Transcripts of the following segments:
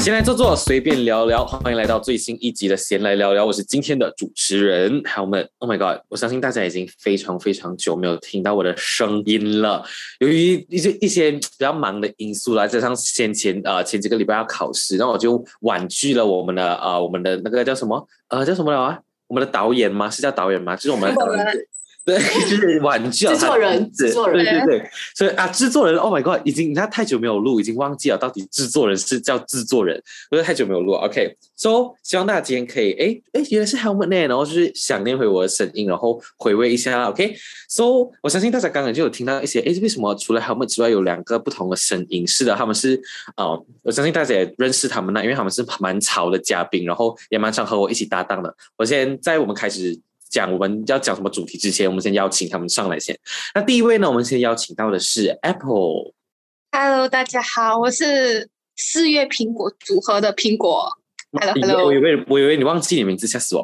闲来坐坐，随便聊聊，欢迎来到最新一集的闲来聊聊，我是今天的主持人，还有我们，Oh my God，我相信大家已经非常非常久没有听到我的声音了。由于一些一些比较忙的因素啦，加上先前呃前几个礼拜要考试，然后我就婉拒了我们的呃我们的那个叫什么呃叫什么了啊？我们的导演吗？是叫导演吗？就是我们的导演。 对，就是婉拒了制作他的人名字制作人对对对，所以啊，制作人，Oh my God，已经他太久没有录，已经忘记了到底制作人是叫制作人，我觉得太久没有录了。OK，so、希望大家今天可以，哎哎，原来是 Helmet 呢，然后就是想念回我的声音，然后回味一下。OK，so、我相信大家刚刚就有听到一些，哎，为什么除了 Helmet 之外有两个不同的声音？是的，他们是哦、我相信大家也认识他们啦，因为他们是蛮潮的嘉宾，然后也蛮常和我一起搭档的。我先在我们开始。讲我们要讲什么主题之前，我们先邀请他们上来先。那第一位呢，我们先邀请到的是 Apple。 Hello，大家好，我是四月苹果组合的苹果。Hello，Hello，我以为我以为你忘记你名字，吓死我。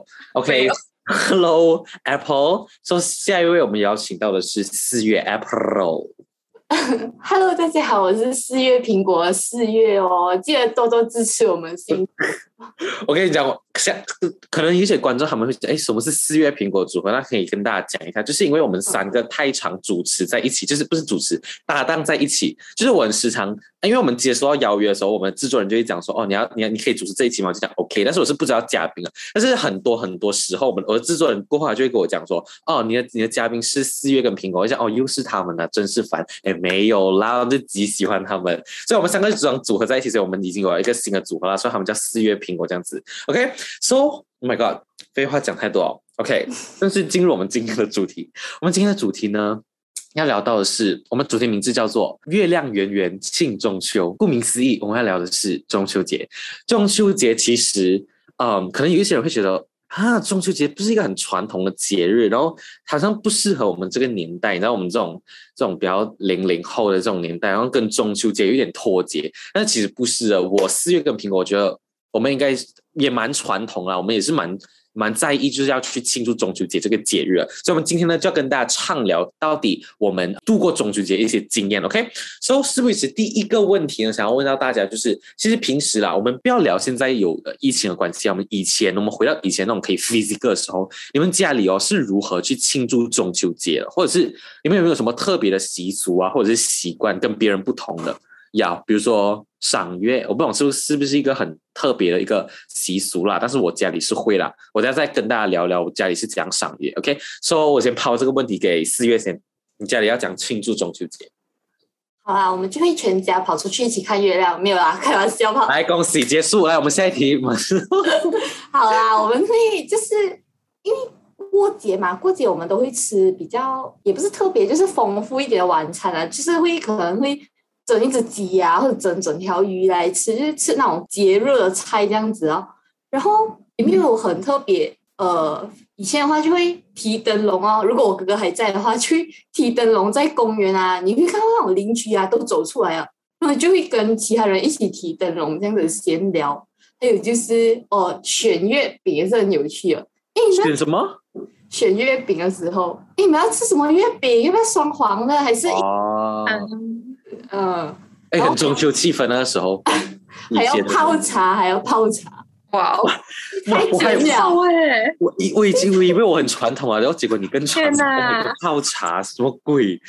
OK 没有。 Hello Apple，说、so, 下一位我们邀请到的是四月 April， Hello，大家好，我是四月苹果四月哦，记得多多支持我们新。我跟你讲，像可能有些观众他们会讲，哎，什么是四月苹果组合？那可以跟大家讲一下，就是因为我们三个太常主持在一起，就是不是主持搭档在一起，就是我们时常，因为我们接收到邀约的时候，我们制作人就会讲说，哦，你要你要你可以主持这一期吗？我就讲 OK，但是我是不知道嘉宾的，但是很多很多时候，我们我的制作人过后就会跟我讲说，哦，你的你的嘉宾是四月跟苹果，我就讲哦，又是他们了、真是烦，哎，没有啦，我就极喜欢他们，所以我们三个组合组合在一起，所以我们已经有了一个新的组合了，所以他们叫四月苹果这样子。OK，so、oh my god，废话讲太多了。OK，但是进入我们今天的主题，我们今天的主题呢，要聊到的是我们主题名字叫做“月亮圆圆庆中秋”。顾名思义，我们要聊的是中秋节。中秋节其实，嗯，可能有一些人会觉得啊，中秋节不是一个很传统的节日，然后好像不适合我们这个年代，你知道我们这种这种比较零零后的这种年代，然后跟中秋节有点脱节。但其实不是的，我四月跟苹果，我觉得我们应该也蛮传统啦，我们也是蛮。蛮在意，就是要去庆祝中秋节这个节日了，所以我们今天呢就要跟大家畅聊到底我们度过中秋节一些经验，OK？所以事不宜迟，第一个问题呢，想要问到大家就是，其实平时啦，我们不要聊现在有呃疫情的关系啊，我们以前我们回到以前那种可以 physical 的时候，你们家里哦是如何去庆祝中秋节的，或者是你们有没有什么特别的习俗啊，或者是习惯跟别人不同的？要比如说赏月，我不懂是不是是不是一个很特别的一个习俗啦，但是我家里是会啦。我等下再跟大家聊聊我家里是怎样赏月。OK，所、以我先抛这个问题给四月先，你家里要讲庆祝中秋节，好啦，我们就会全家跑出去一起看月亮，没有啦，开玩笑嘛。来恭喜结束，来我们下一题， 我们好啦，我们会就是因为过节嘛，过节我们都会吃比较也不是特别，就是丰富一点的晚餐啊，就是会可能会整一只鸡呀、或者整整条鱼来吃，就是吃那种节日的菜这样子哦。然后也没有很特别，呃，以前的话就会提灯笼哦。如果我哥哥还在的话，就会提灯笼在公园啊，你会看到那种邻居啊都走出来了，然后就会跟其他人一起提灯笼这样子闲聊。还有就是哦、呃选月饼也是很有趣的。哎，你们选什么？选月饼的时候，哎，你们要吃什么月饼？要不要双黄的？还是哦，嗯、哎，很中秋气氛那个时候，还要以前的泡茶，还要泡茶，哇哦，太我还久了。哎，我以我已经我以为我很传统啊，然后结果你更传统，天哪我们泡茶什么鬼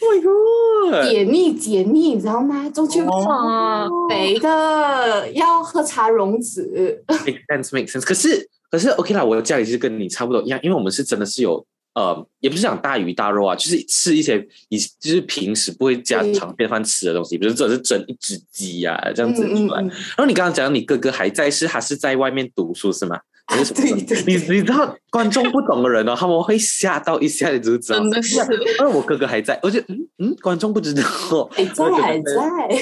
？Oh my god！解腻解腻，你知道吗？中秋哦哇，肥的要喝茶溶脂， make sense make sense。可是可是 OK 啦，我家里是跟你差不多一样，因为我们是真的是有呃，也不是讲大鱼大肉啊，就是吃一些以就是平时不会家常便饭吃的东西，比如说这是整一只鸡呀、这样子嗯出来。然后你刚刚讲你哥哥还在，是他是在外面读书是吗？啊还是什么对对你你知道观众不懂的人哦，他们会吓到一下，你就知道。真的是，因为哦我哥哥还在，我就嗯嗯，观众不知道，还在还在。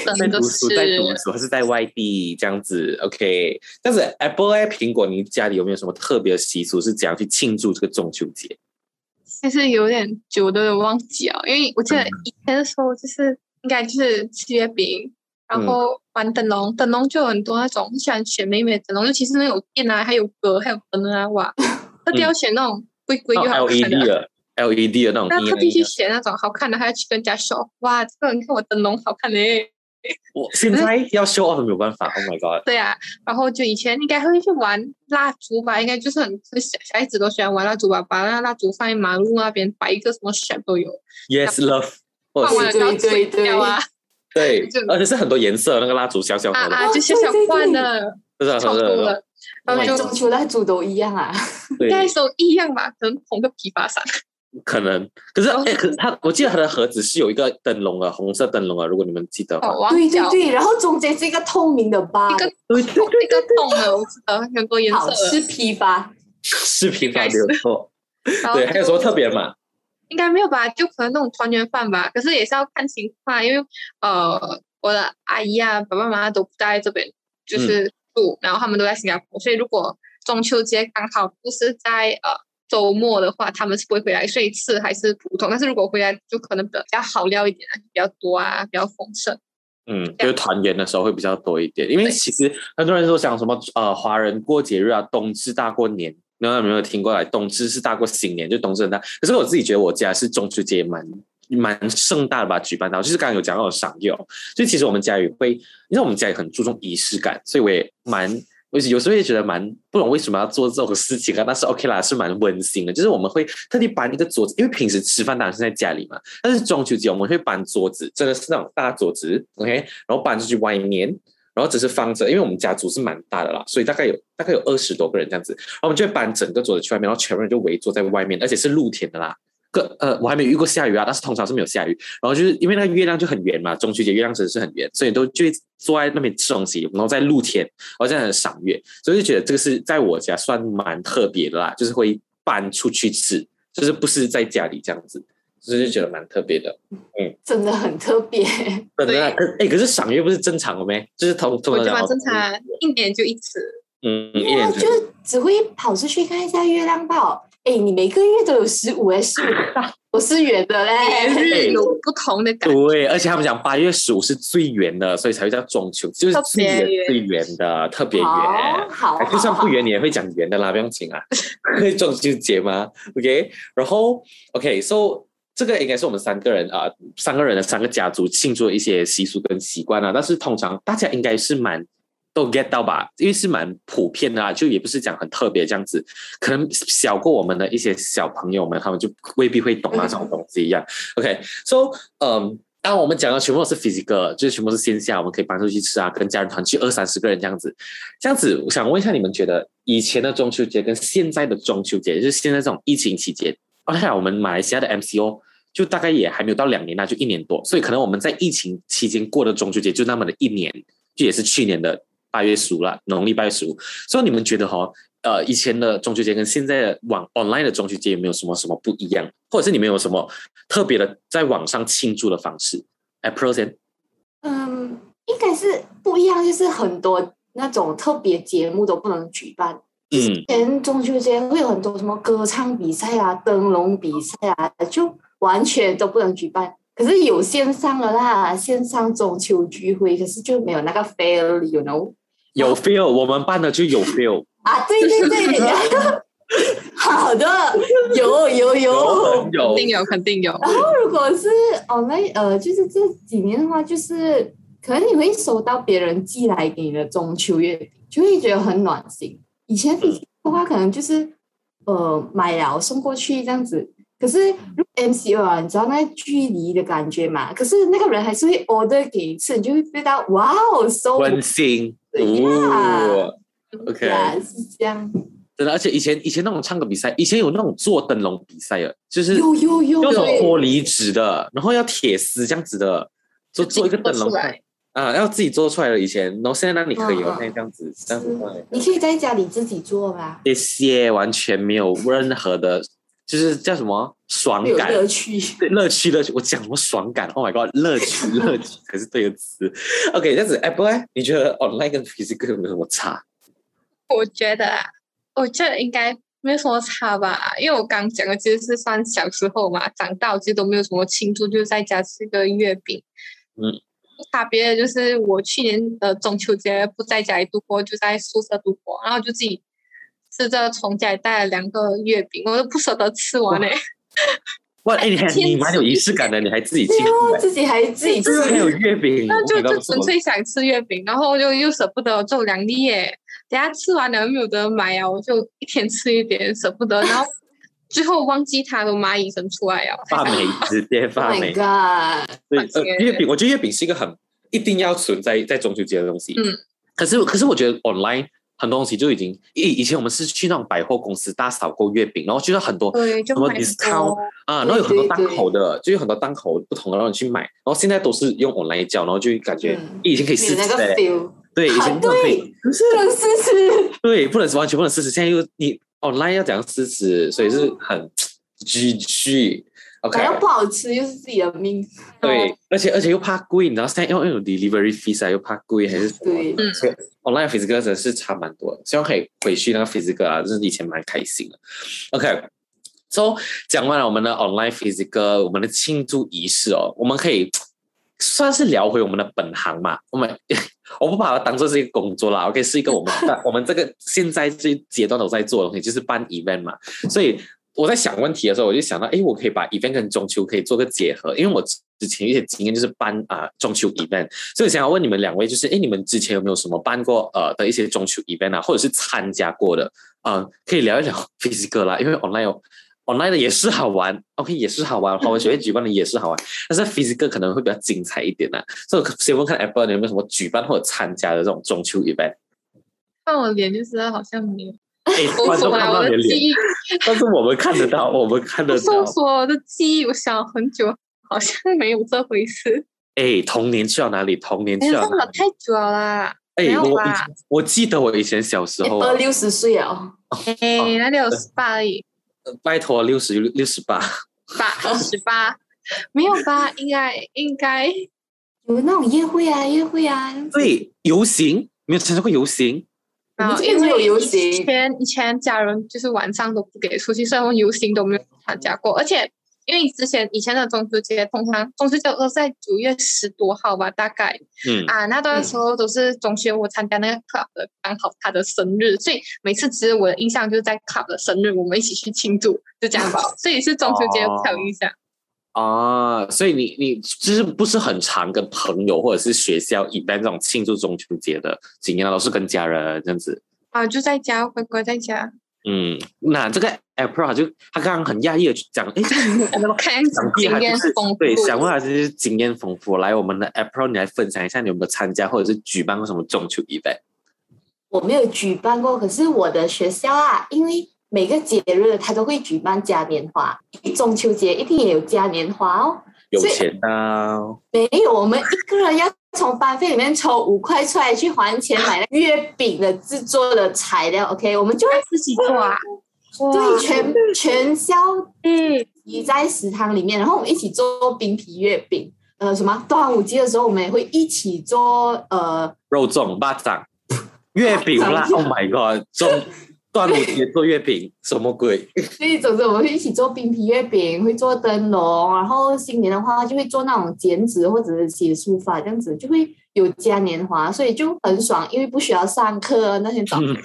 在真读的书，在读是，书，还是在外地这样子？OK，但是 Apple 哎，苹果，你家里有没有什么特别的习俗是怎样去庆祝这个中秋节？其实有点久都有忘记了，因为我记得以前的时候就是应该就是吃月饼，然嗯后玩灯笼，灯笼就有很多那种像选妹妹的灯笼，尤其是那种电啊，还有歌，还有灯啊， 哇，特地要选那嗯种贵贵又那种好看 LED E 的。的 LED 的那种那阴特阳地眼去选那种好看的，还要去跟人家说，哇，这个你看我灯笼好看嘞、我现在要 show off 没有办法，Oh my god！对啊，然后就以前应该会去玩蜡烛吧，应该就是很小小孩子都喜欢玩蜡烛吧，把那蜡烛放在马路那边摆一个什么 shape 都有， Yes, love，或放者哦完是了然后对对吹掉啊对就，而且是很多颜色，那个蜡烛小小啊盒的，啊，就小小罐的，就是很超多多的，了，然后买就中秋蜡烛都一样啊，对应，该都一样吧，可能捧个批发商，可能。可是哦哎，可是它，我记得它的盒子是有一个灯笼的，红色灯笼啊，如果你们记得的话哦，。忘对掉对对，然后中间是一个透明的吧一，个对对对，一个洞的，我记得很多颜色好的，是批发， 视频应版该没是有错。然后对，还有什么特别嘛？应该没有吧？就可能那种团圆饭吧，可是也是要看情况啊，因为呃，我的阿姨啊、爸爸妈妈都不在这边，嗯就是住，然后他们都在新加坡，所以如果中秋节刚好不是在呃周末的话，他们是不会回来，所以吃还是普通。但是如果回来，就可能比较好料一点啊，比较多啊，比较丰盛。嗯，就是团圆的时候会比较多一点，因为其实很多人都讲什么呃，华人过节日啊，冬至大过年，你们有没有听过来？冬至是大过新年，就冬至很大。可是我自己觉得我家是中秋节蛮蛮盛大的吧，举办到，就是刚刚有讲到有赏月哦，所以其实我们家也会，因为我们家也很注重仪式感，所以我也蛮。我有时候也觉得蛮不懂为什么要做这种事情啊，但是 OK 啦，是蛮温馨的。就是我们会特地搬一个桌子，因为平时吃饭当然是在家里嘛，但是中秋节我们会搬桌子，真的是那种大桌子，OK，然后搬出去外面，然后只是放着，因为我们家族是蛮大的啦，所以大概有大概有二十多个人这样子，然后我们就会搬整个桌子去外面，然后全部人就围坐在外面，而且是露天的啦。个呃，我还没有遇过下雨啊，但是通常是没有下雨。然后就是因为那个月亮就很圆嘛，中秋节月亮真的是很圆，所以都就会坐在那边吃东西，然后在露天，然后这样很赏月，所以就觉得这个是在我家算蛮特别的啦，就是会搬出去吃，就是不是在家里这样子，所以就觉得蛮特别的。真的很特别。真的啊，可哎、可是赏月不是正常的咩？就是通通我常觉讲得蛮哦正常啊，一年就一次。嗯，一年然后啊就只会跑出去看一下月亮吧。哎，你每个月都有十五哎，十五道， 我是圆的每嘞。日有不同的感觉，哎对，而且他们讲八月十五是最圆的，所以才会叫中秋，就是最特别圆圆最圆的，特别好圆。好，哎就算好不圆，你也会讲圆的啦，不用紧啊。 中秋节嘛，OK，然后 OK，so、这个应该是我们三个人啊、呃三个人的三个家族庆祝的一些习俗跟习惯啊。但是通常大家应该是蛮都 get 到吧，因为是蛮普遍的啊，就也不是讲很特别这样子。可能小过我们的一些小朋友们，他们就未必会懂那种东西一样。OK，so、嗯。当我们讲的全部都是 physical，就是全部是线下，我们可以搬出去吃啊，跟家人团聚二三十个人这样子。这样子，我想问一下，你们觉得以前的中秋节跟现在的中秋节，就是现在这种疫情期间，哦而且我们马来西亚的 MCO 就大概也还没有到两年那就一年多，所以可能我们在疫情期间过的中秋节就那么的一年，就也是去年的八月十五了，农历八月十五。所以你们觉得哈，呃，以前的中秋节跟现在的网 online 的中秋节有没有什么什么不一样，或者是你们有什么特别的在网上庆祝的方式？哎 p r o s e n 嗯，应该是不一样，就是很多那种特别节目都不能举办。嗯以前中秋节会有很多什么歌唱比赛啊、灯笼比赛啊，就完全都不能举办。可是有线上的啦，线上中秋聚会，可是就没有那个 feel，you know？有 feel，我们办的就有 feel。啊，对对对， 你好的，有有有。有肯定有，肯定有。如果是 online，呃，就是这几年的话，就是可能你会收到别人寄来给你的中秋月饼，就会觉得很暖心。以前的话，可能就是呃买了送过去这样子。可是如果 MCO 啊，你知道那个距离的感觉嘛？可是那个人还是会 order 给你一次，你就会 feel 到哇哦，so 温馨呀哦，OK，呀，啊是这样。真的，而且以前以前那种唱歌比赛，以前有那种做灯笼比赛的，就是有有有，用那种对玻璃纸的，然后要铁丝这样子的，就做一个灯笼出来，啊，要自己做出来了。以前，然后现在那里可以哦嗯，嗯那这样子这样子是放来你可以在家里自己做吧，这些完全没有任何的，就是叫什么爽有感，乐趣。对乐趣乐趣，我讲什么爽感？Oh my god，乐趣乐趣才是对的词。OK，这样子，哎，不然你觉得 online 跟 physical 有没有什么差？我觉得啊，我觉得应该没有什么差吧，因为我刚讲的其实是算小时候嘛，长大我其实都没有什么庆祝，就是在家吃个月饼。嗯，差别的就是我去年的中秋节不在家里度过，就在宿舍度过，然后就自己吃着从家里带了两个月饼，我都不舍得吃完嘞、哇，哎，你还你蛮有仪式感的，你还自己庆祝我，自己还自己居啊然还有月饼，那就 Oh my 就 god，纯粹想吃月饼，然后就又舍不得做两粒耶，等下吃完了又没有得买啊，我就一天吃一点，舍不得，然后最后忘记它的蚂蚁生出来啊了，发霉，直接 Oh 发 my 霉。 god！对，发呃，现月饼，我觉得月饼是一个很一定要存在在中秋节的东西。嗯，可是可是我觉得 online 很多东西就已经以以前我们是去那种百货公司大扫购月饼，然后去到很多对，就什么买 discount 多。啊，然对后有很多对档口的，就有很多档口不同的，让你去买。然后现在都是用 online 交，然后就感觉嗯已经可以没有试那吃个的嘞。 feel，对，以前啊不能可以对，不能试吃。对，不能完全不能试吃，现在又你 online 要怎样试吃，所以是很 GG。OK，反正不好吃又是自己的命。对，而且而且又怕贵，你知道现在要那种 delivery fees 啊，又怕贵还是什么？对，嗯所以 online physical 真的是差蛮多的，希望可以回去那个 physical 啊，就是以前蛮开心的。OK，so、讲完了我们的 online physical，我们的庆祝仪式哦，我们可以算是聊回我们的本行嘛。我们 我不把它当做是一个工作啦，OK，是一个我们我们这个现在这一阶段都在做的东西，就是办 event 嘛。所以我在想问题的时候，我就想到，哎，我可以把 event 跟中秋可以做个结合，因为我之前有一些经验就是办啊、中秋 event，所以想要问你们两位，就是哎，你们之前有没有什么办过呃的一些中秋 event 啊，或者是参加过的？嗯、可以聊一聊 physical 啦，因为 online 有 online 的也是好玩，OK 也是好玩，华文学会举办的也是好玩，但是 physical 可能会比较精彩一点呢、所以我先问看 Apple 你有没有什么举办或者参加的这种中秋 event？ 看我脸就知道好像没有。哎，我观众说看啊，不到我你的的记脸，忆，但是我们看得到，我们看得我到搜。索我的记忆，我想很久，好像没有这回事。哎，童年去到哪里？童年哎去呀，到这哪么里？太久了啦。没哎，有我以吧前我记得我以前小时候啊二，六十岁了，哎，那里有十八而已，拜托六十六十八，八十八，没有吧？应该应该有那种夜会啊，夜会啊，对，游行没有参加过游行，我然们后这边因没有为游以行，前以前家人就是晚上都不给出去，所以我们游行都没有参加过。而且因为之前以前的中秋节，通常中秋节都在九月十多号吧，大概嗯，啊那段时候都是中学我参加那个 club 的，刚好他的生日，所以每次只有我的印象就是在 club 的生日，我们一起去庆祝，就这 样吧。所以是中秋节哦才有印象。啊，所以你你就是不是很常跟朋友或者是学校一般这种庆祝中秋节的经验啊，都是跟家人这样子。啊，就在家，乖乖在家，嗯，那这个 April 就他刚刚很讶异的讲，哎，这个没有参加过看样子想必经还验就是丰富。对，想问还是经验丰富。来，我们的 April，你来分享一下你有没有参加或者是举办过什么中秋 event？我没有举办过，可是我的学校啊，因为每个节日它都会举办嘉年华，中秋节一定也有嘉年华哦。有所以钱啊，没有，我们一个人要从班费里面抽五块出来去还钱买那月饼的制作的材料。OK，我们就会自己做啊，对全全校嗯，集在食堂里面，然后我们一起做冰皮月饼。呃，什么端午节的时候，我们也会一起做呃肉粽、巴掌、月饼啦 巴掌！Oh my god，中端午节做月饼，什么鬼？所以总之我们会一起做冰皮月饼，会做灯笼，然后新年的话就会做那种剪纸或者是写书法这样子，就会有嘉年华，所以就很爽，因为不需要上课那天早上，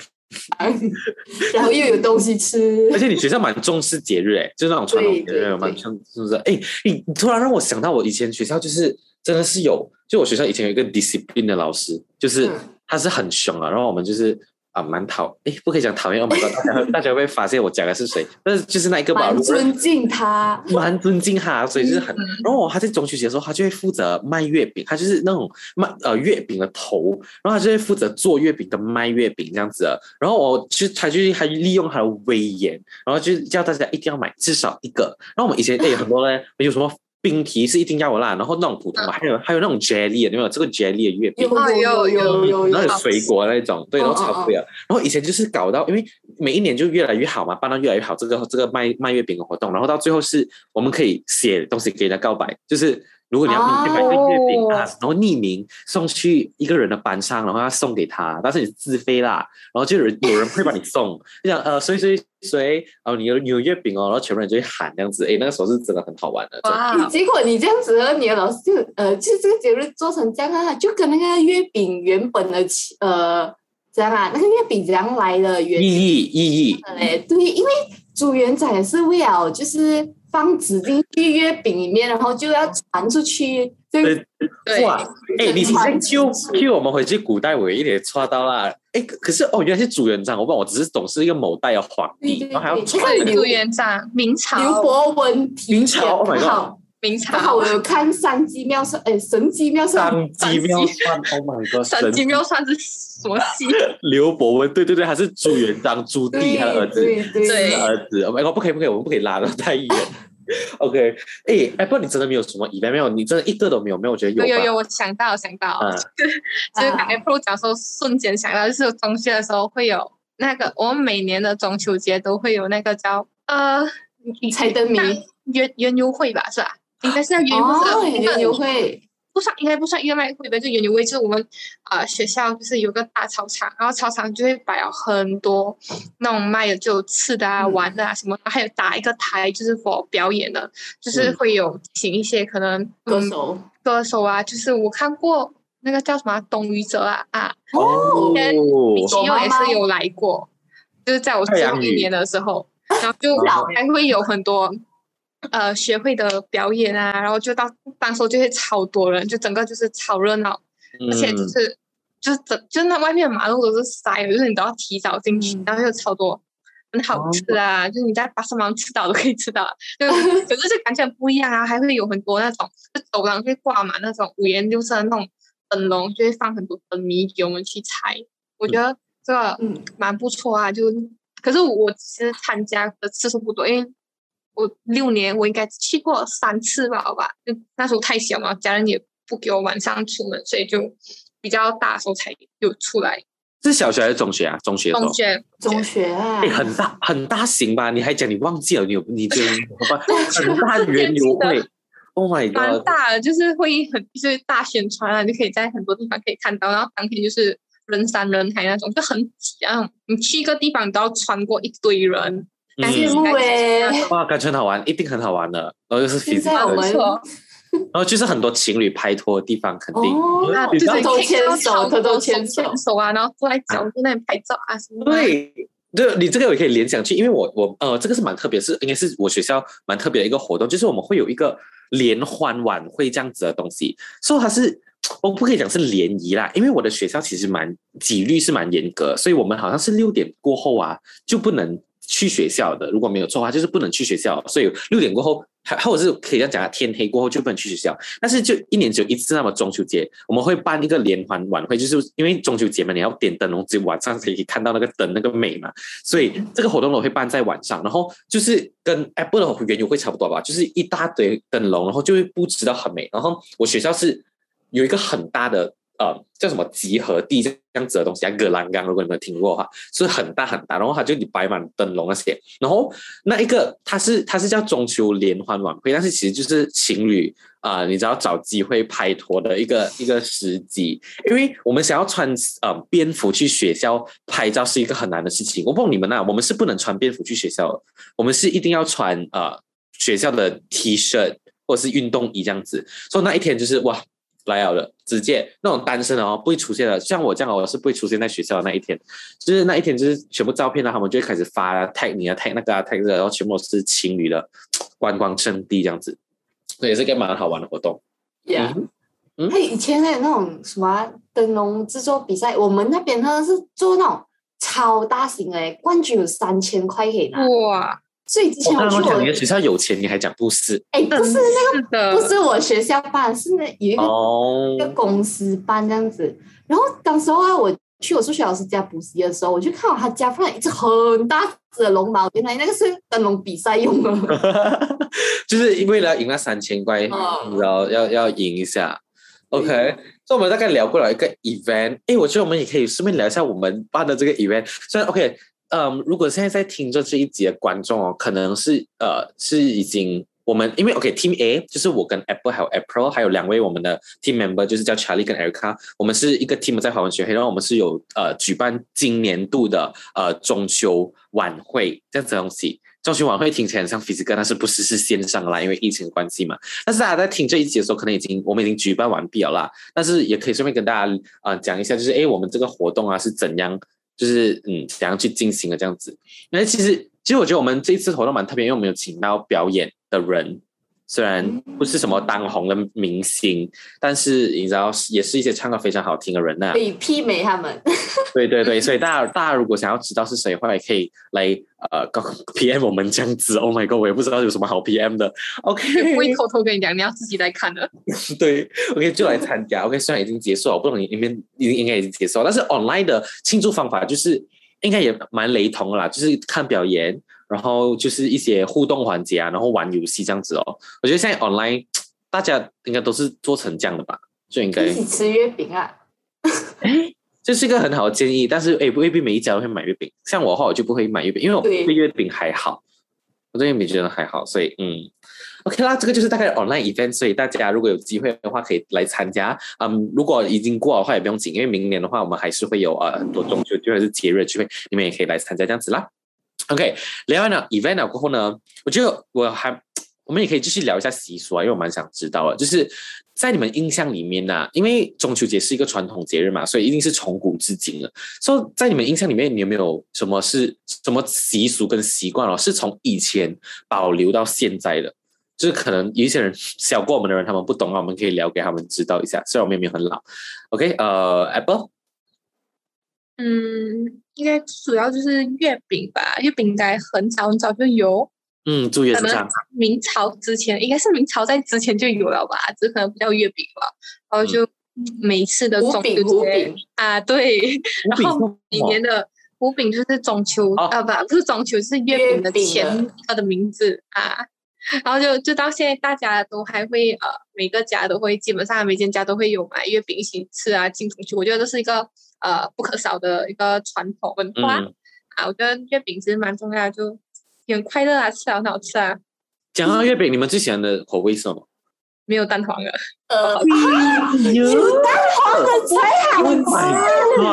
嗯 然后又有东西吃 而。且你学校蛮重视节日、欸， 哎，就是那种传统节对对日对蛮重，是不是？哎、你你突然让我想到，我以前学校就是真的是有，就我学校以前有一个 discipline 的老师，就是嗯他是很凶啊，然后我们就是啊蛮讨，哎、不可以讲讨厌，Oh my god，大家 会大家会发现我讲的是谁，但是就是那一个吧，蛮如果尊敬他，蛮尊敬他，所以就是很。然后他在中秋节的时候，他就会负责卖呃月饼，他就是那种卖呃月饼的头，然后他就会负责做月饼跟卖月饼这样子的。然后我就他就是他利用他的威严，然后就是叫大家一定要买至少一个。然后我们以前哎、很多呢，有什么冰皮是一定要的啦，然后那种普通的，还有还有那种 jelly，的有没有这个 jelly 的月饼？ 有哎有有有有然后有有水果嗯那种，对，嗯然后超贵啊。然后以前就是搞到，因为每一年就越来越好嘛，办到越来越好这个这个卖卖月饼的活动，然后到最后是我们可以写东西给人家告白，就是如果你要哦你去买个月饼啊，然后匿名送去一个人的班上，然后要送给他，但是你自费啦，然后就有人有人会帮你送， 就讲呃谁谁谁哦你有你有月饼哦，然后全部人就会喊这样子，诶，那个时候是真的很好玩的。哇，结果你这样子，你的老师就呃，就是这个节日做成这样啊，就跟那个月饼原本的起呃，怎样啊？那个月饼怎样来的原意义意义，本嘞？对，因为朱元璋也是为了就是放纸巾去月饼里面，然后就要传出去，就对对，哇， 哎，你现在传 Q Q 我们回去古代，我有一点戳到啦。哎，可可是哦，原来是朱元璋，我不知道，我只是懂是一个某代的皇帝对，对然后还要对传这个那 刘个朱元璋，明刘朝，伯温题明朝，Oh my 也 god 好。明刚好朝我，有看三机妙算，哎，神机妙算，三鸡妙算，Oh my god，三神金妙算是什么戏？刘伯温，对对对，他是朱元璋朱棣对他的儿子，对对他的儿子，Oh my god，不可以不可以，我们不可以拉的太远。OK，哎哎，不，你真的没有什么疑问没有？你真的一个都没有没有？我觉得有有吧有有，我想到我想到，嗯就是啊刚才 Pro 讲说，瞬间想到，就是中学的时候会有那个，我们每年的中秋节都会有那个叫呃猜灯谜，园园游会吧，是吧？应该是叫园游哦，会，园游会，不算应该不算燕麦会吧，就园游会，就是我们呃学校就是有个大操场，然后操场就会摆了很多那种卖的就有吃的啊、嗯玩的啊什么，还有打一个台就是 for 表演的，就是嗯会有请一些可能歌嗯手，歌手啊，就是我看过那个叫什么啊董宇哲啊啊，哦，米奇我又妈也妈是有来过，就是在我太最阳后一雨年的时候，然后就老还会有很多呃学会的表演啊，然后就到当时候就会超多人，就整个就是超热闹，而且就嗯是、就是整就那外面的马路都是塞的，就是你都要提早进去，嗯哦然后就超多。很好吃啊，就是你在巴士上吃到都可以吃到啊， 就可是就感觉很不一样啊，还会有很多那种就走廊会挂满那种五颜六色的那种灯笼，就会放很多灯谜给我们去猜。我觉得这个嗯，蛮不错啊，就可是我其实参加的次数不多，因为我六年我应该去过三次吧，好吧，就那时候太小嘛，家人也不给我晚上出门，所以就比较大的时候才有出来。是小学还是中学啊？中学的时中候。学中学啊哎、，很大很大型吧？你还讲你忘记了？你有你觉得你很大我园游记会？Oh my 蛮 god！大的，就是会很就是大宣传啊，你可以在很多地方可以看到，然后当天就是人山人海那种，就很挤啊，那种你去一个地方你都要穿过一堆人，但是嗯，羡慕哎！哇，感觉很好玩，一定很好玩的。然后又是现在我 physical 们的没错。然后就是很多情侣拍拖的地方，肯定。哦啊，你就知是道可以偷偷牵手看到偷偷超牵手牵手啊，然后坐在角落那里拍照啊什么的。对，对你这个我也可以联想去，因为我我呃，这个是蛮特别，是应该是我学校蛮特别的一个活动，就是我们会有一个联欢晚会这样子的东西，所以它是。我不可以讲是联谊啦，因为我的学校其实蛮纪律是蛮严格，所以我们好像是六点过后啊就不能去学校的，如果没有错的话就是不能去学校，所以六点过后还或者是可以这样讲啊，天黑过后就不能去学校。但是就一年只有一次，那么中秋节我们会办一个联欢晚会，就是因为中秋节嘛，你要点灯笼，只有晚上才可以看到那个灯那个美嘛，所以这个活动我会办在晚上，然后就是跟 Apple 的园游会差不多吧，就是一大堆灯笼，然后就会布置到很美。然后我学校是有一个很大的呃叫什么集合地这样子的东西，啊，葛兰冈，如果你们有听过的话，是很大很大，然后它就摆满灯笼那些，然后那一个它是它是叫中秋联欢晚会，但是其实就是情侣啊、呃你只要找机会拍拖的一个一个时机，因为我们想要穿呃蝙蝠去学校拍照是一个很难的事情。我不懂你们啊，我们是不能穿蝙蝠去学校的，我们是一定要穿呃学校的 T 恤或者是运动衣这样子。所以那一天就是哇来了了，直接那种单身的哦不会出现的，像我这样哦我是不会出现在学校的那一天。就是那一天就是全部照片啊，他们就会开始发啊 tag 你啊 tag 那个啊 tag 这个，然后全部都是情侣的观光圣地这样子，所以也是一个蛮好玩的活动。呀嗯还有以前还有那种什么啊灯笼制作比赛，我们那边呢是做那种超大型哎，冠军有三千块可以拿。哇，所以之前哦我刚去刚我讲你的学校有嗯钱，你还讲不是哎，不是那个的， 不是我学校办，是那有一个哦一个公司班这样子。然后当时候啊，我去我数学老师家补习的时候，我就看到他家放了一只很大只的龙猫，原来那个是灯笼比赛用的。 就是为了赢那三千块， 嗯然后要要赢一下。OK，所以我们大概聊过了一个 event，诶，我觉得我们也可以顺便聊一下我们办的这个 event。虽然 OK，嗯，如果现在在听着这一集的观众哦，可能是呃是已经我们因为 OK Team A 就是我跟 Apple 还有 April 还有两位我们的 Team Member 就是叫 Charlie 跟 Erica，我们是一个 team 在华文学会，然后我们是有呃举办今年度的呃中秋晚会这样子的东西。中秋晚会听起来很像 physical，但是不是是线上啦，因为疫情的关系嘛。但是大家在听这一集的时候，可能已经我们已经举办完毕了啦。但是也可以顺便跟大家啊、呃讲一下，就是诶我们这个活动啊是怎样，就是嗯怎样去进行的这样子。那其实其实我觉得我们这一次活动蛮特别，因为我们有请到表演的人，虽然不是什么当红的明星，但是你知道，也是一些唱歌非常好听的人呐、可以媲美他们。对对对，所以大家大家如果想要知道是谁的话，也可以来呃告 PM 我们这样子。Oh my god，我也不知道有什么好 PM 的。OK，我一口头跟你讲，你要自己来看的。对，OK 就来参加。OK，虽然已经结束了，我不懂你里面应应该已经结束了，但是 online 的庆祝方法就是应该也蛮雷同的啦，就是看表演，然后就是一些互动环节啊，然后玩游戏这样子哦。我觉得现在 online 大家应该都是做成这样的吧，就应该一起吃月饼啊！这是一个很好的建议，但是诶，未必每一家都会买月饼。像我的话，我就不会买月饼，因为我对对月饼还好，我对月饼觉得还好，所以嗯，OK 啦，这个就是大概 online event，所以大家如果有机会的话，可以来参加。嗯，如果已经过了的话也不用紧，因为明年的话，我们还是会有呃很多中秋聚会是节日聚会，你们也可以来参加这样子啦。OK，聊完了 event 了过后呢，我觉得我还我们也可以继续聊一下习俗啊，因为我蛮想知道的，就是在你们印象里面呢、啊因为中秋节是一个传统节日嘛，所以一定是从古至今了。所、以在你们印象里面，你有没有什么是什么习俗跟习惯哦，是从以前保留到现在的？就是可能有一些人小过我们的人，他们不懂啊，我们可以聊给他们知道一下。虽然我们也没有很老，OK，呃，Apple，嗯，应该主要就是月饼吧，月饼应该很早很早就有，嗯，祝月可是这能样，明朝之前，应该是明朝在之前就有了吧，只是可能不叫月饼了。然后就每次的胡中嗯饼秋胡节饼，啊，对，五饼然后每年的胡饼就是中秋、哦啊，不不是中秋，是月月饼的饼前的它的名字啊。然后就就到现在，大家都还会呃，每个家都会，基本上每间家都会有买月饼一起吃啊，进中秋。我觉得这是一个呃不可少的一个传统文化、嗯，啊。我觉得月饼其实蛮重要的，就也很快乐啊，吃啊很好吃啊。讲到月饼，你们最喜欢的口味是什么？没有蛋黄了。啊呃，有蛋黄很才好吃，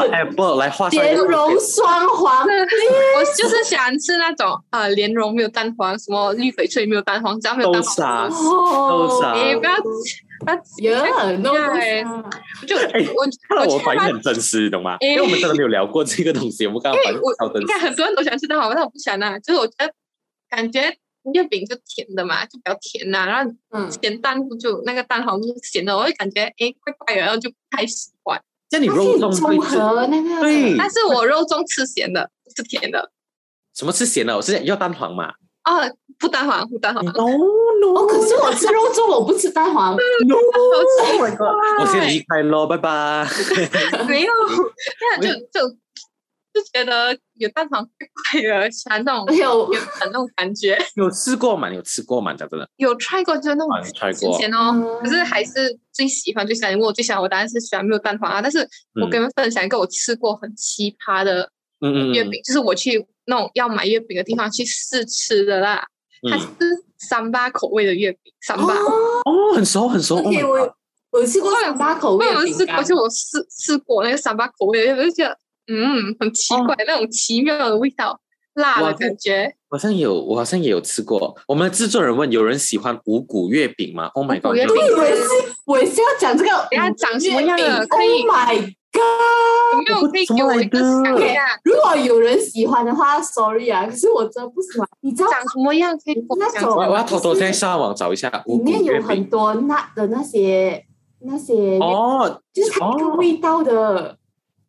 吃。Apple 来画下一莲个蓉双黄， 我就是喜欢吃那种啊，莲蓉没有蛋黄，什么绿翡翠没有蛋黄，只要没有豆蛋黄，沙。哦豆沙你不要不要呀，no 哎就哎看我来我我去反应那很真实，你懂吗？哎因为我们真的没有聊过这个东西，我们刚刚反应我超真应实该。很多人都喜欢吃蛋黄，但我不喜欢啊，就是我觉得感觉。月饼就甜的嘛，就比较甜呐、然后嗯，咸蛋就那个蛋黄就是咸的，我会感觉哎怪怪的，然后就不太喜欢。像你它可肉以粽综会合那个对但是我肉粽吃咸的，不吃甜的。什么吃咸的？我是要蛋黄嘛哦，不蛋黄，不蛋黄， ？No 哦， no 可是我吃肉粽，我不吃蛋黄， no！我我先离开喽，拜拜。 没有，那我也就就就觉得有蛋黄怪怪的，喜欢那种而且我原本那种感觉。有吃过吗？你有吃过吗？讲真的，有 try 过，就是那啊你种 try 哦之过前哦，嗯可是还是最喜欢最喜欢。如果我最喜欢，我当然是喜欢没有蛋黄啊。但是我嗯跟你们分享一个我吃过很奇葩的嗯嗯月饼，就是我去那种要买月饼的地方去试吃的啦。嗯它嗯是三八口味的月饼，三八。哦哦，很熟很熟。 ，OK，我有 Ừ, 我有吃过三八口我味有的试饼过，干，就我试试过那个三八口味的，我就觉得嗯，很奇怪，那种奇妙的味道，辣哇的感觉。我好像有，我好像也有吃过。我们的制作人问，有人喜欢五谷月饼吗？Oh my 五 god！谷月饼我以为是我也是要讲这个，等下长什么样的可以 o h Oh my 有没有 God！可以给我一个我不想知道呀？如果有人喜欢的话，sorry 啊，可是我真的不喜欢。你知道长什么样可以给我那讲种我我要偷偷现在上网找一下里五谷面月有饼很多 nut 的那些那些，哦，就是它那个味道的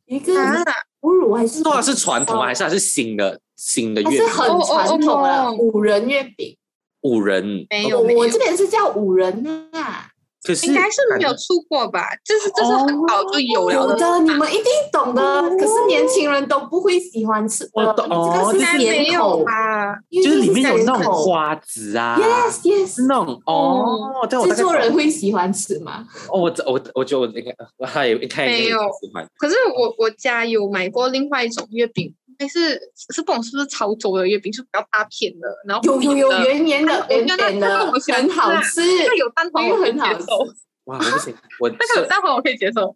一个啊？哺乳还是这还是传统吗？还是还是新的新的它月是饼？很传统哦的哦哦五仁月饼？五人没我有，没有我这边是叫五仁啊，可是应该是没有出过吧？这是这是很早就有哦有了的你们一定懂的，哦可是年轻人都不会喜欢吃呃我的，懂哦应这个该是没甜有口，吧？因 为就是里这面有是那甜种口。瓜子啊。 Yes, 是 yes，那种哦，嗯对，我大制概作人懂会喜欢吃吗？哦，我我我觉得我应该，我他也应该没有喜欢可是我我家有买过另外一种月饼，但是是不懂是不是潮州的月饼，就比较大片的，然后有有有扁的圆圆的、我扁觉得扁那的个我喜，欢很好吃。那个有蛋黄那我个可以很好接吃受，哇，我不行， 我那个有蛋黄我可以接 受，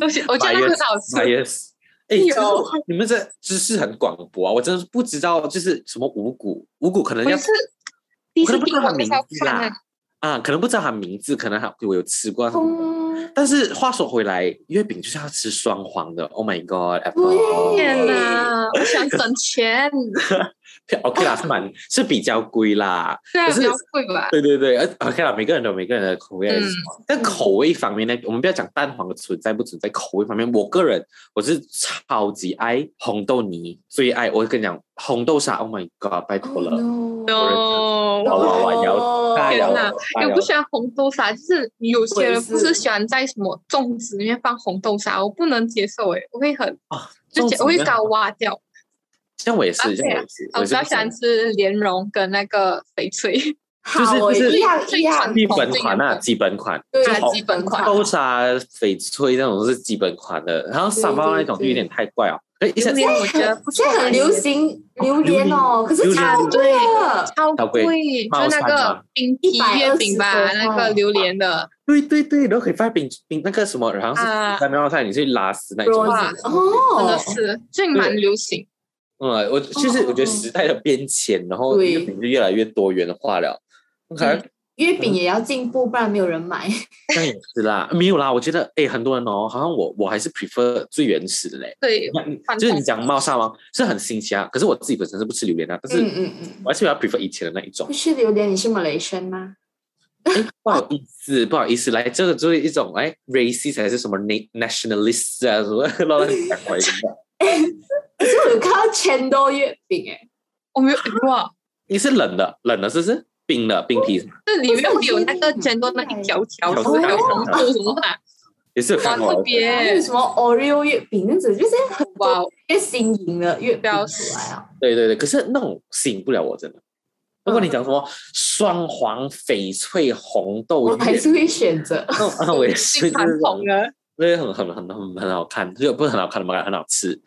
我觉我觉得那个很好吃。 yes。哎，有真的你们这知识很广博啊！我真的不知道，就是什么五谷，五谷可能我要也是第一可次能不知听道我它介名绍字看呢啦，啊，可能不知道它名字，可能还我有吃过，嗯，但是话说回来，月饼就是要吃双黄的。Oh my god，Apple！对天哪，我想省钱。 OK 啦，是蛮是比较贵啦，对啊，可是比较贵吧？ 对对对，呃 OK 啦，每个人都有每个人的口味还是嗯什么。但口味方面呢，我们不要讲蛋黄的存在不存在，口味方面，我个人我是超级爱红豆泥，最爱我跟你讲红豆沙，Oh my God，拜托了， no！哦，好了好了摇哦大天摇哪大因为我摇不喜欢红豆沙，哎就是有些人不我也是是喜欢在什么粽子里面放红豆沙，我不能接受哎诶，我会很啊，就这觉种我会怎么样搞挖掉。像我也是，啊像我也是，我我是不比较喜欢行吃莲蓉跟那个翡翠，好就欸，是就是一样一样，基本款啊，基本款，对就啊是红基本款豆沙、翡翠那种是基本款的，然后沙包那种就有点太怪哦，哎，一下榴莲我觉得不现在很流行榴莲哦，可是榴莲超贵的，超超贵贵，就猫那山个啊冰皮月饼120吧，多块那个榴莲的，对对对，然后可以放饼饼那个什么，然哦后是啊在然后菜，你去拉丝那种。哇 Bronze 哦，真的是最蛮流行。嗯，我就是我觉得时代的变迁，然后对月饼就越来越多元化了。可能月饼也要进步，不然没有人买。这样也是啦，没有啦。我觉得诶，很多人哦，好像我我还是 prefer 最原始的嘞。你，对看，传统就是你讲猫砂王是很新奇啊，可是我自己本身是不吃榴莲的，啊但嗯是嗯嗯，我还是比较 prefer 以前的那一种哎不。是榴莲，你是 Malaysian 吗？不好意思，不好意思，来这个就是一种哎 racist 还是什么 na- nationalist 啊什么 乱讲回来的。可是我有看到全都月饼 哎，我没有哇，你是冷的，冷的是不是？冰的冰皮是吗这里面不会是有那个不是煎多那一条条条什么条条红条豆什么的，也是有哇，看过特的。还有别什么 Oreo 月饼那种，就是很哇哦，越新颖的月饼不要出来啊。对对对，可是那种吸引不了我，真的。如果你讲什么双黄翡翠红豆我还月，是会选择。那种啊，我也是，最传统的。就是很很很很很好看，就不是很好看嘛，很好吃。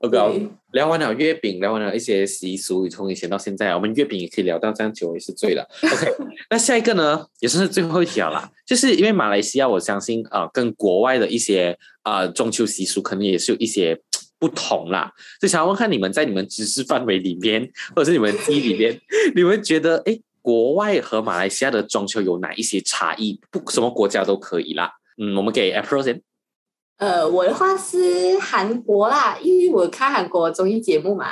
OK，对聊完了月饼，聊完了一些习俗，从以前到现在啊，我们月饼也可以聊到这样久，也是醉了。OK，那 下一个呢，也算是最后一条啦，就是因为马来西亚，我相信啊、呃跟国外的一些啊、呃中秋习俗，可能也是有一些不同啦。就想要问看你们在你们知识范围里面， 或者是你们记忆里面，你们觉得诶，国外和马来西亚的中秋有哪一些差异？不，什么国家都可以啦。嗯，我们给 April 先。呃，我的话是韩国啦，因为我看韩国综艺节目嘛，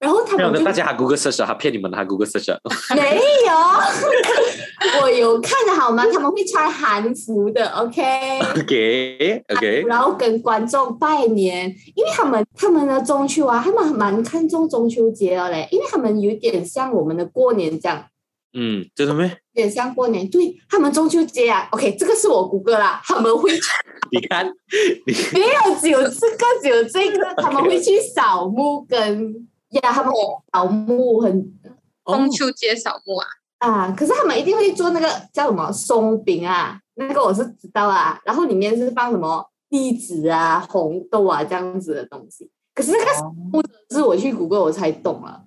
然后他没有们的，就大家还 Google search，啊他骗你们的，他 Google search 啊。没有，我有 看的好吗？他们会穿韩服的，OK。 OK OK，然后跟观众拜年，因为他们他们的中秋啊，他们蛮看重中秋节的嘞，因为他们有点像我们的过年这样，嗯，真的 没？有点像过年。对他们中秋节啊，OK，这个是我谷歌啦，他们会你看，没有只有这个，只有这个，他们会去扫墓跟呀，他们会扫墓很中哦，秋节扫墓啊，啊，可是他们一定会做那个叫什么松饼啊，那个我是知道啊，然后里面是放什么栗子啊、红豆啊这样子的东西。可是那个扫墓的是我去谷歌我才懂啊了，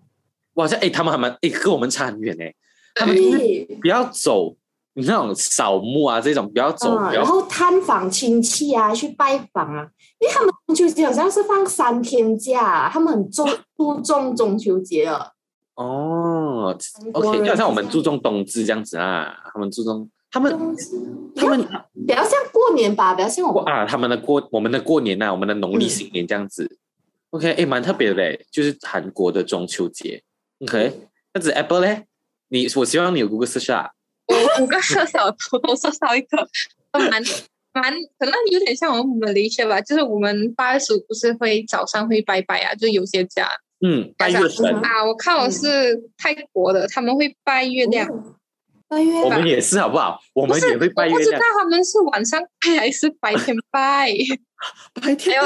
哇，像哎，他们还蛮哎，跟我们差很远 哎，他们对，不要走你那种扫墓啊这种，不要走，嗯，不然要后探访亲戚啊，去拜访啊，因为他们中秋节好像是放三天假啊、他们很重注重中秋节了。哦韩国，OK，人就好像我们是嗯注重冬至这样子啊，他们注重他们中秋他们比较像过年吧，比较像我过们啊，他们的过我们的过年呐，啊我们的农历嗯新年这样子，OK，哎，蛮特别的嘞，就是韩国的中秋节，OK，那子 Apple 嘞，你我希望你有 Google search 啊，我五个射手偷偷射少一个，都蛮蛮可能有点像我们马来西亚吧，就是我们八月十五不是会早上会拜拜啊，就有些家嗯，拜月神，嗯啊，我看我是泰国的，他们会拜月亮，嗯拜月我吧们也是好不好？我不们是也嗯会拜我月不知道亮，他们是晚上拜还是白天拜， 白还天有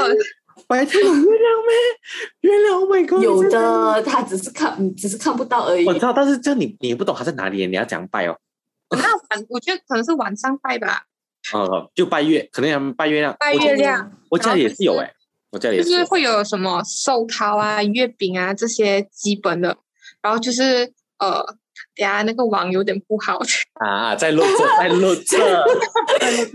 白天有月亮咩？ 月亮，Oh my God！有你在哪里，的，他只是看，嗯只是看不到而已我。知道，但是这样你你也不懂它在哪里，你要讲拜哦。那晚我觉得可能是晚上拜吧，呃，就拜月，可能他们拜月亮。拜我家月亮我家里也是有然后哎，我家里也就是是有。会有什么寿桃啊、月饼啊这些基本的，然后就是呃，等一下那个网有点不好，啊，在录这，在录这。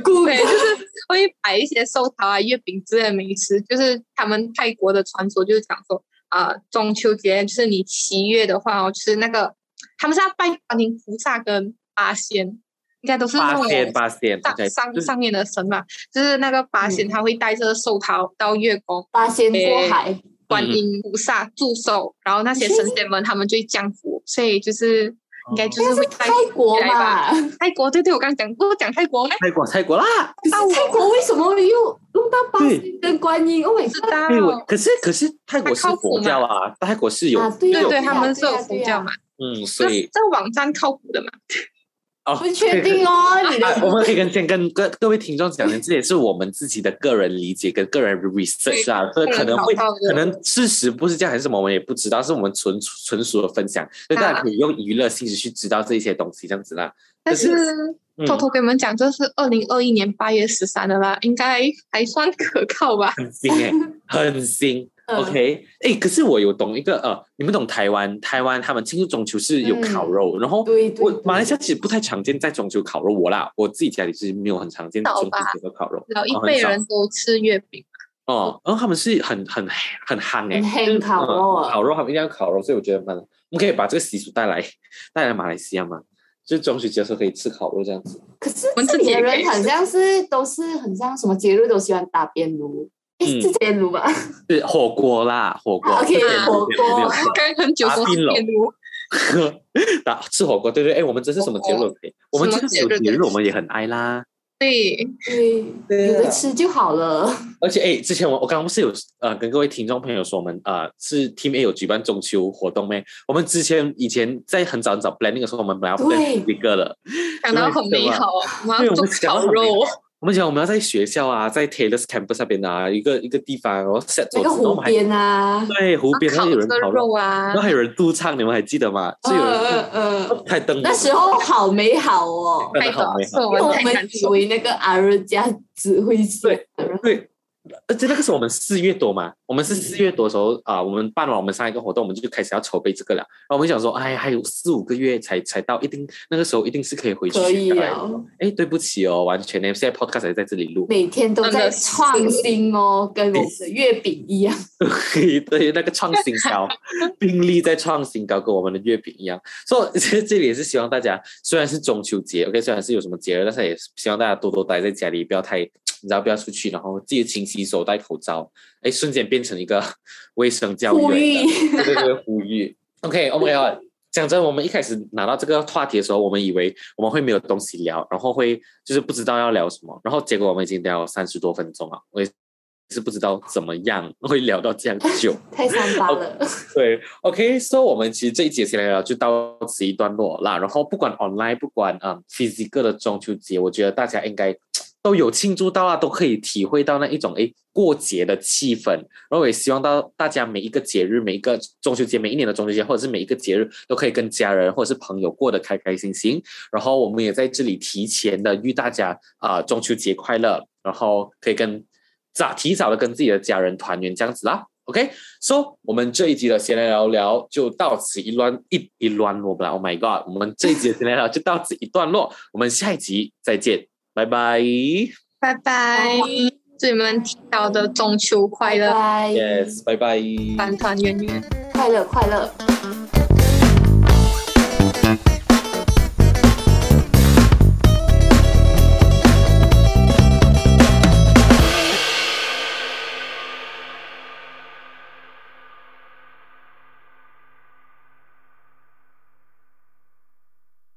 故对，就是会摆一些寿桃啊、月饼之类的美食，就是他们泰国的传说，就是讲说啊、中秋节就是你七月的话哦，就是那个他们是要拜观音菩萨跟八仙，应该都是那八种仙，八仙，上 OK，上就是嗯上面的神嘛，就是那个八仙他会带着寿桃到月宫，嗯八仙过海，观音、菩萨祝寿，然后那些神仙们他们就会降福，所以就是应该就是会带泰国嘛，泰国。对对，我刚讲过讲泰国没？泰国泰国啦，嗯可是泰国为什么又弄到八仙跟观音？Oh my 知 god！道对，我可是可是泰国是它靠谱佛嘛教啊，泰国是有啊对对有对，啊他们是对啊有佛对啊教嘛，嗯，这所以这网站靠谱的嘛？哦，不确定哦， 你啊 的我们可以跟先跟各各位听众讲，这也是我们自己的个人理解跟个人 research 啊，所以可能会个人找到的可能事实不是这样，还是什么我们也不知道，是我们纯纯属的分享，所以大家可以用娱乐性质去知道这些东西，这样子啦。但可是是嗯，偷偷跟你们讲，这是二零二一年八月十三的啦，应该还算可靠吧？很新哎、很新。嗯 OK，哎、可是我有懂一个呃，你们懂台湾，台湾他们庆祝中秋是有烤肉，然后对对我对马来西亚其实不太常见在中秋烤肉，我啦，我自己家里是没有很常见少中秋吧节的烤肉老一哦很辈少人都吃月饼，哦，然后他们是很很很夯哎、很欸，夯就是呃烤肉嗯啊烤肉他们一定要烤肉，所以我觉得蛮，我们可以把这个习俗带来带来马来西亚嘛，就是中秋节的时候可以吃烤肉这样子。可是我们这自己也里的可以人好吃像是都是很像什么节日都喜欢打边炉，哎，嗯是边炉吧？是火锅啦，火锅、啊，OK，对对对火锅对对对没有错刚刚很久阿说斌是楼面炉，打吃火锅，对对，哎，我们这是什么节日火都可以？我们什就么是有节日节日，都我们也很爱啦。对，对，对啊有的吃就好了。而且哎，之前我我刚刚不是有呃跟各位听众朋友说，我们呃是 Team A 有举办中秋活动咩？我们之前以前在很早很早 planning 的时候，我们本来要对 plan 一个了，感到很美好，哦我们要做烤肉，我们讲我们要在学校啊，在 Taylor's Campus 那边啊，一个一个地方，然后 set 桌子，那个然后我湖们还边啊，对湖边，然烤后有人这烤个肉，肉啊 然后，还有人驻唱，你们还记得吗？就有人呃哦呃呃，开灯，那时候好美好哦，真太的好早美是好。我因为们我太们难以受了，为那个阿热家只会写，对，而且那个时候我们四月多嘛，我们是四月多的时候啊、我们办完我们上一个活动，我们就开始要筹备这个了。然后我们想说，哎，还有四五个月才才到，一定那个时候一定是可以回去可以学啊校来的。了，哎，对不起哦，完全呢，现在 podcast 还在这里录。每天都真在的是创新哦，跟我们的月饼一样。对对，那个创新高，病例在创新高，跟我们的月饼一样。所以 这这里也是希望大家，虽然是中秋节，OK，虽然是有什么节日，但是也希望大家多多待在家里，不要太，你知道，不要出去，然后记得勤洗手、戴口罩。哎，瞬间变成一个卫生教育呼来的，吁，对对对，呼吁。OK，Oh、my god！讲真，我们一开始拿到这个话题的时候，我们以为我们会没有东西聊，然后会就是不知道要聊什么，然后结果我们已经聊三十多分钟了，我也是不知道怎么样会聊到这样久。太三八了， 对，OK，所、so、以我们其实这一节闲聊就到此一段落啦。然后不管 online，不管嗯 physical 的中秋节，我觉得大家应该都有庆祝到啊，都可以体会到那一种诶过节的气氛。然后也希望到大家每一个节日、每一个中秋节、每一年的中秋节，或者是每一个节日，都可以跟家人或者是朋友过得开开心心。然后我们也在这里提前的预大家啊、呃中秋节快乐，然后可以跟早提早的跟自己的家人团圆这样子啦。OK，so、我们这一集的闲来聊聊就到此一乱一一乱落不啦。Oh my god，我们这一集的闲来聊就到此一段落，我们下一集再见，拜拜。拜拜，祝你们提到的中秋快拜乐，拜， Yes，拜拜。团团圆圆。快乐快乐。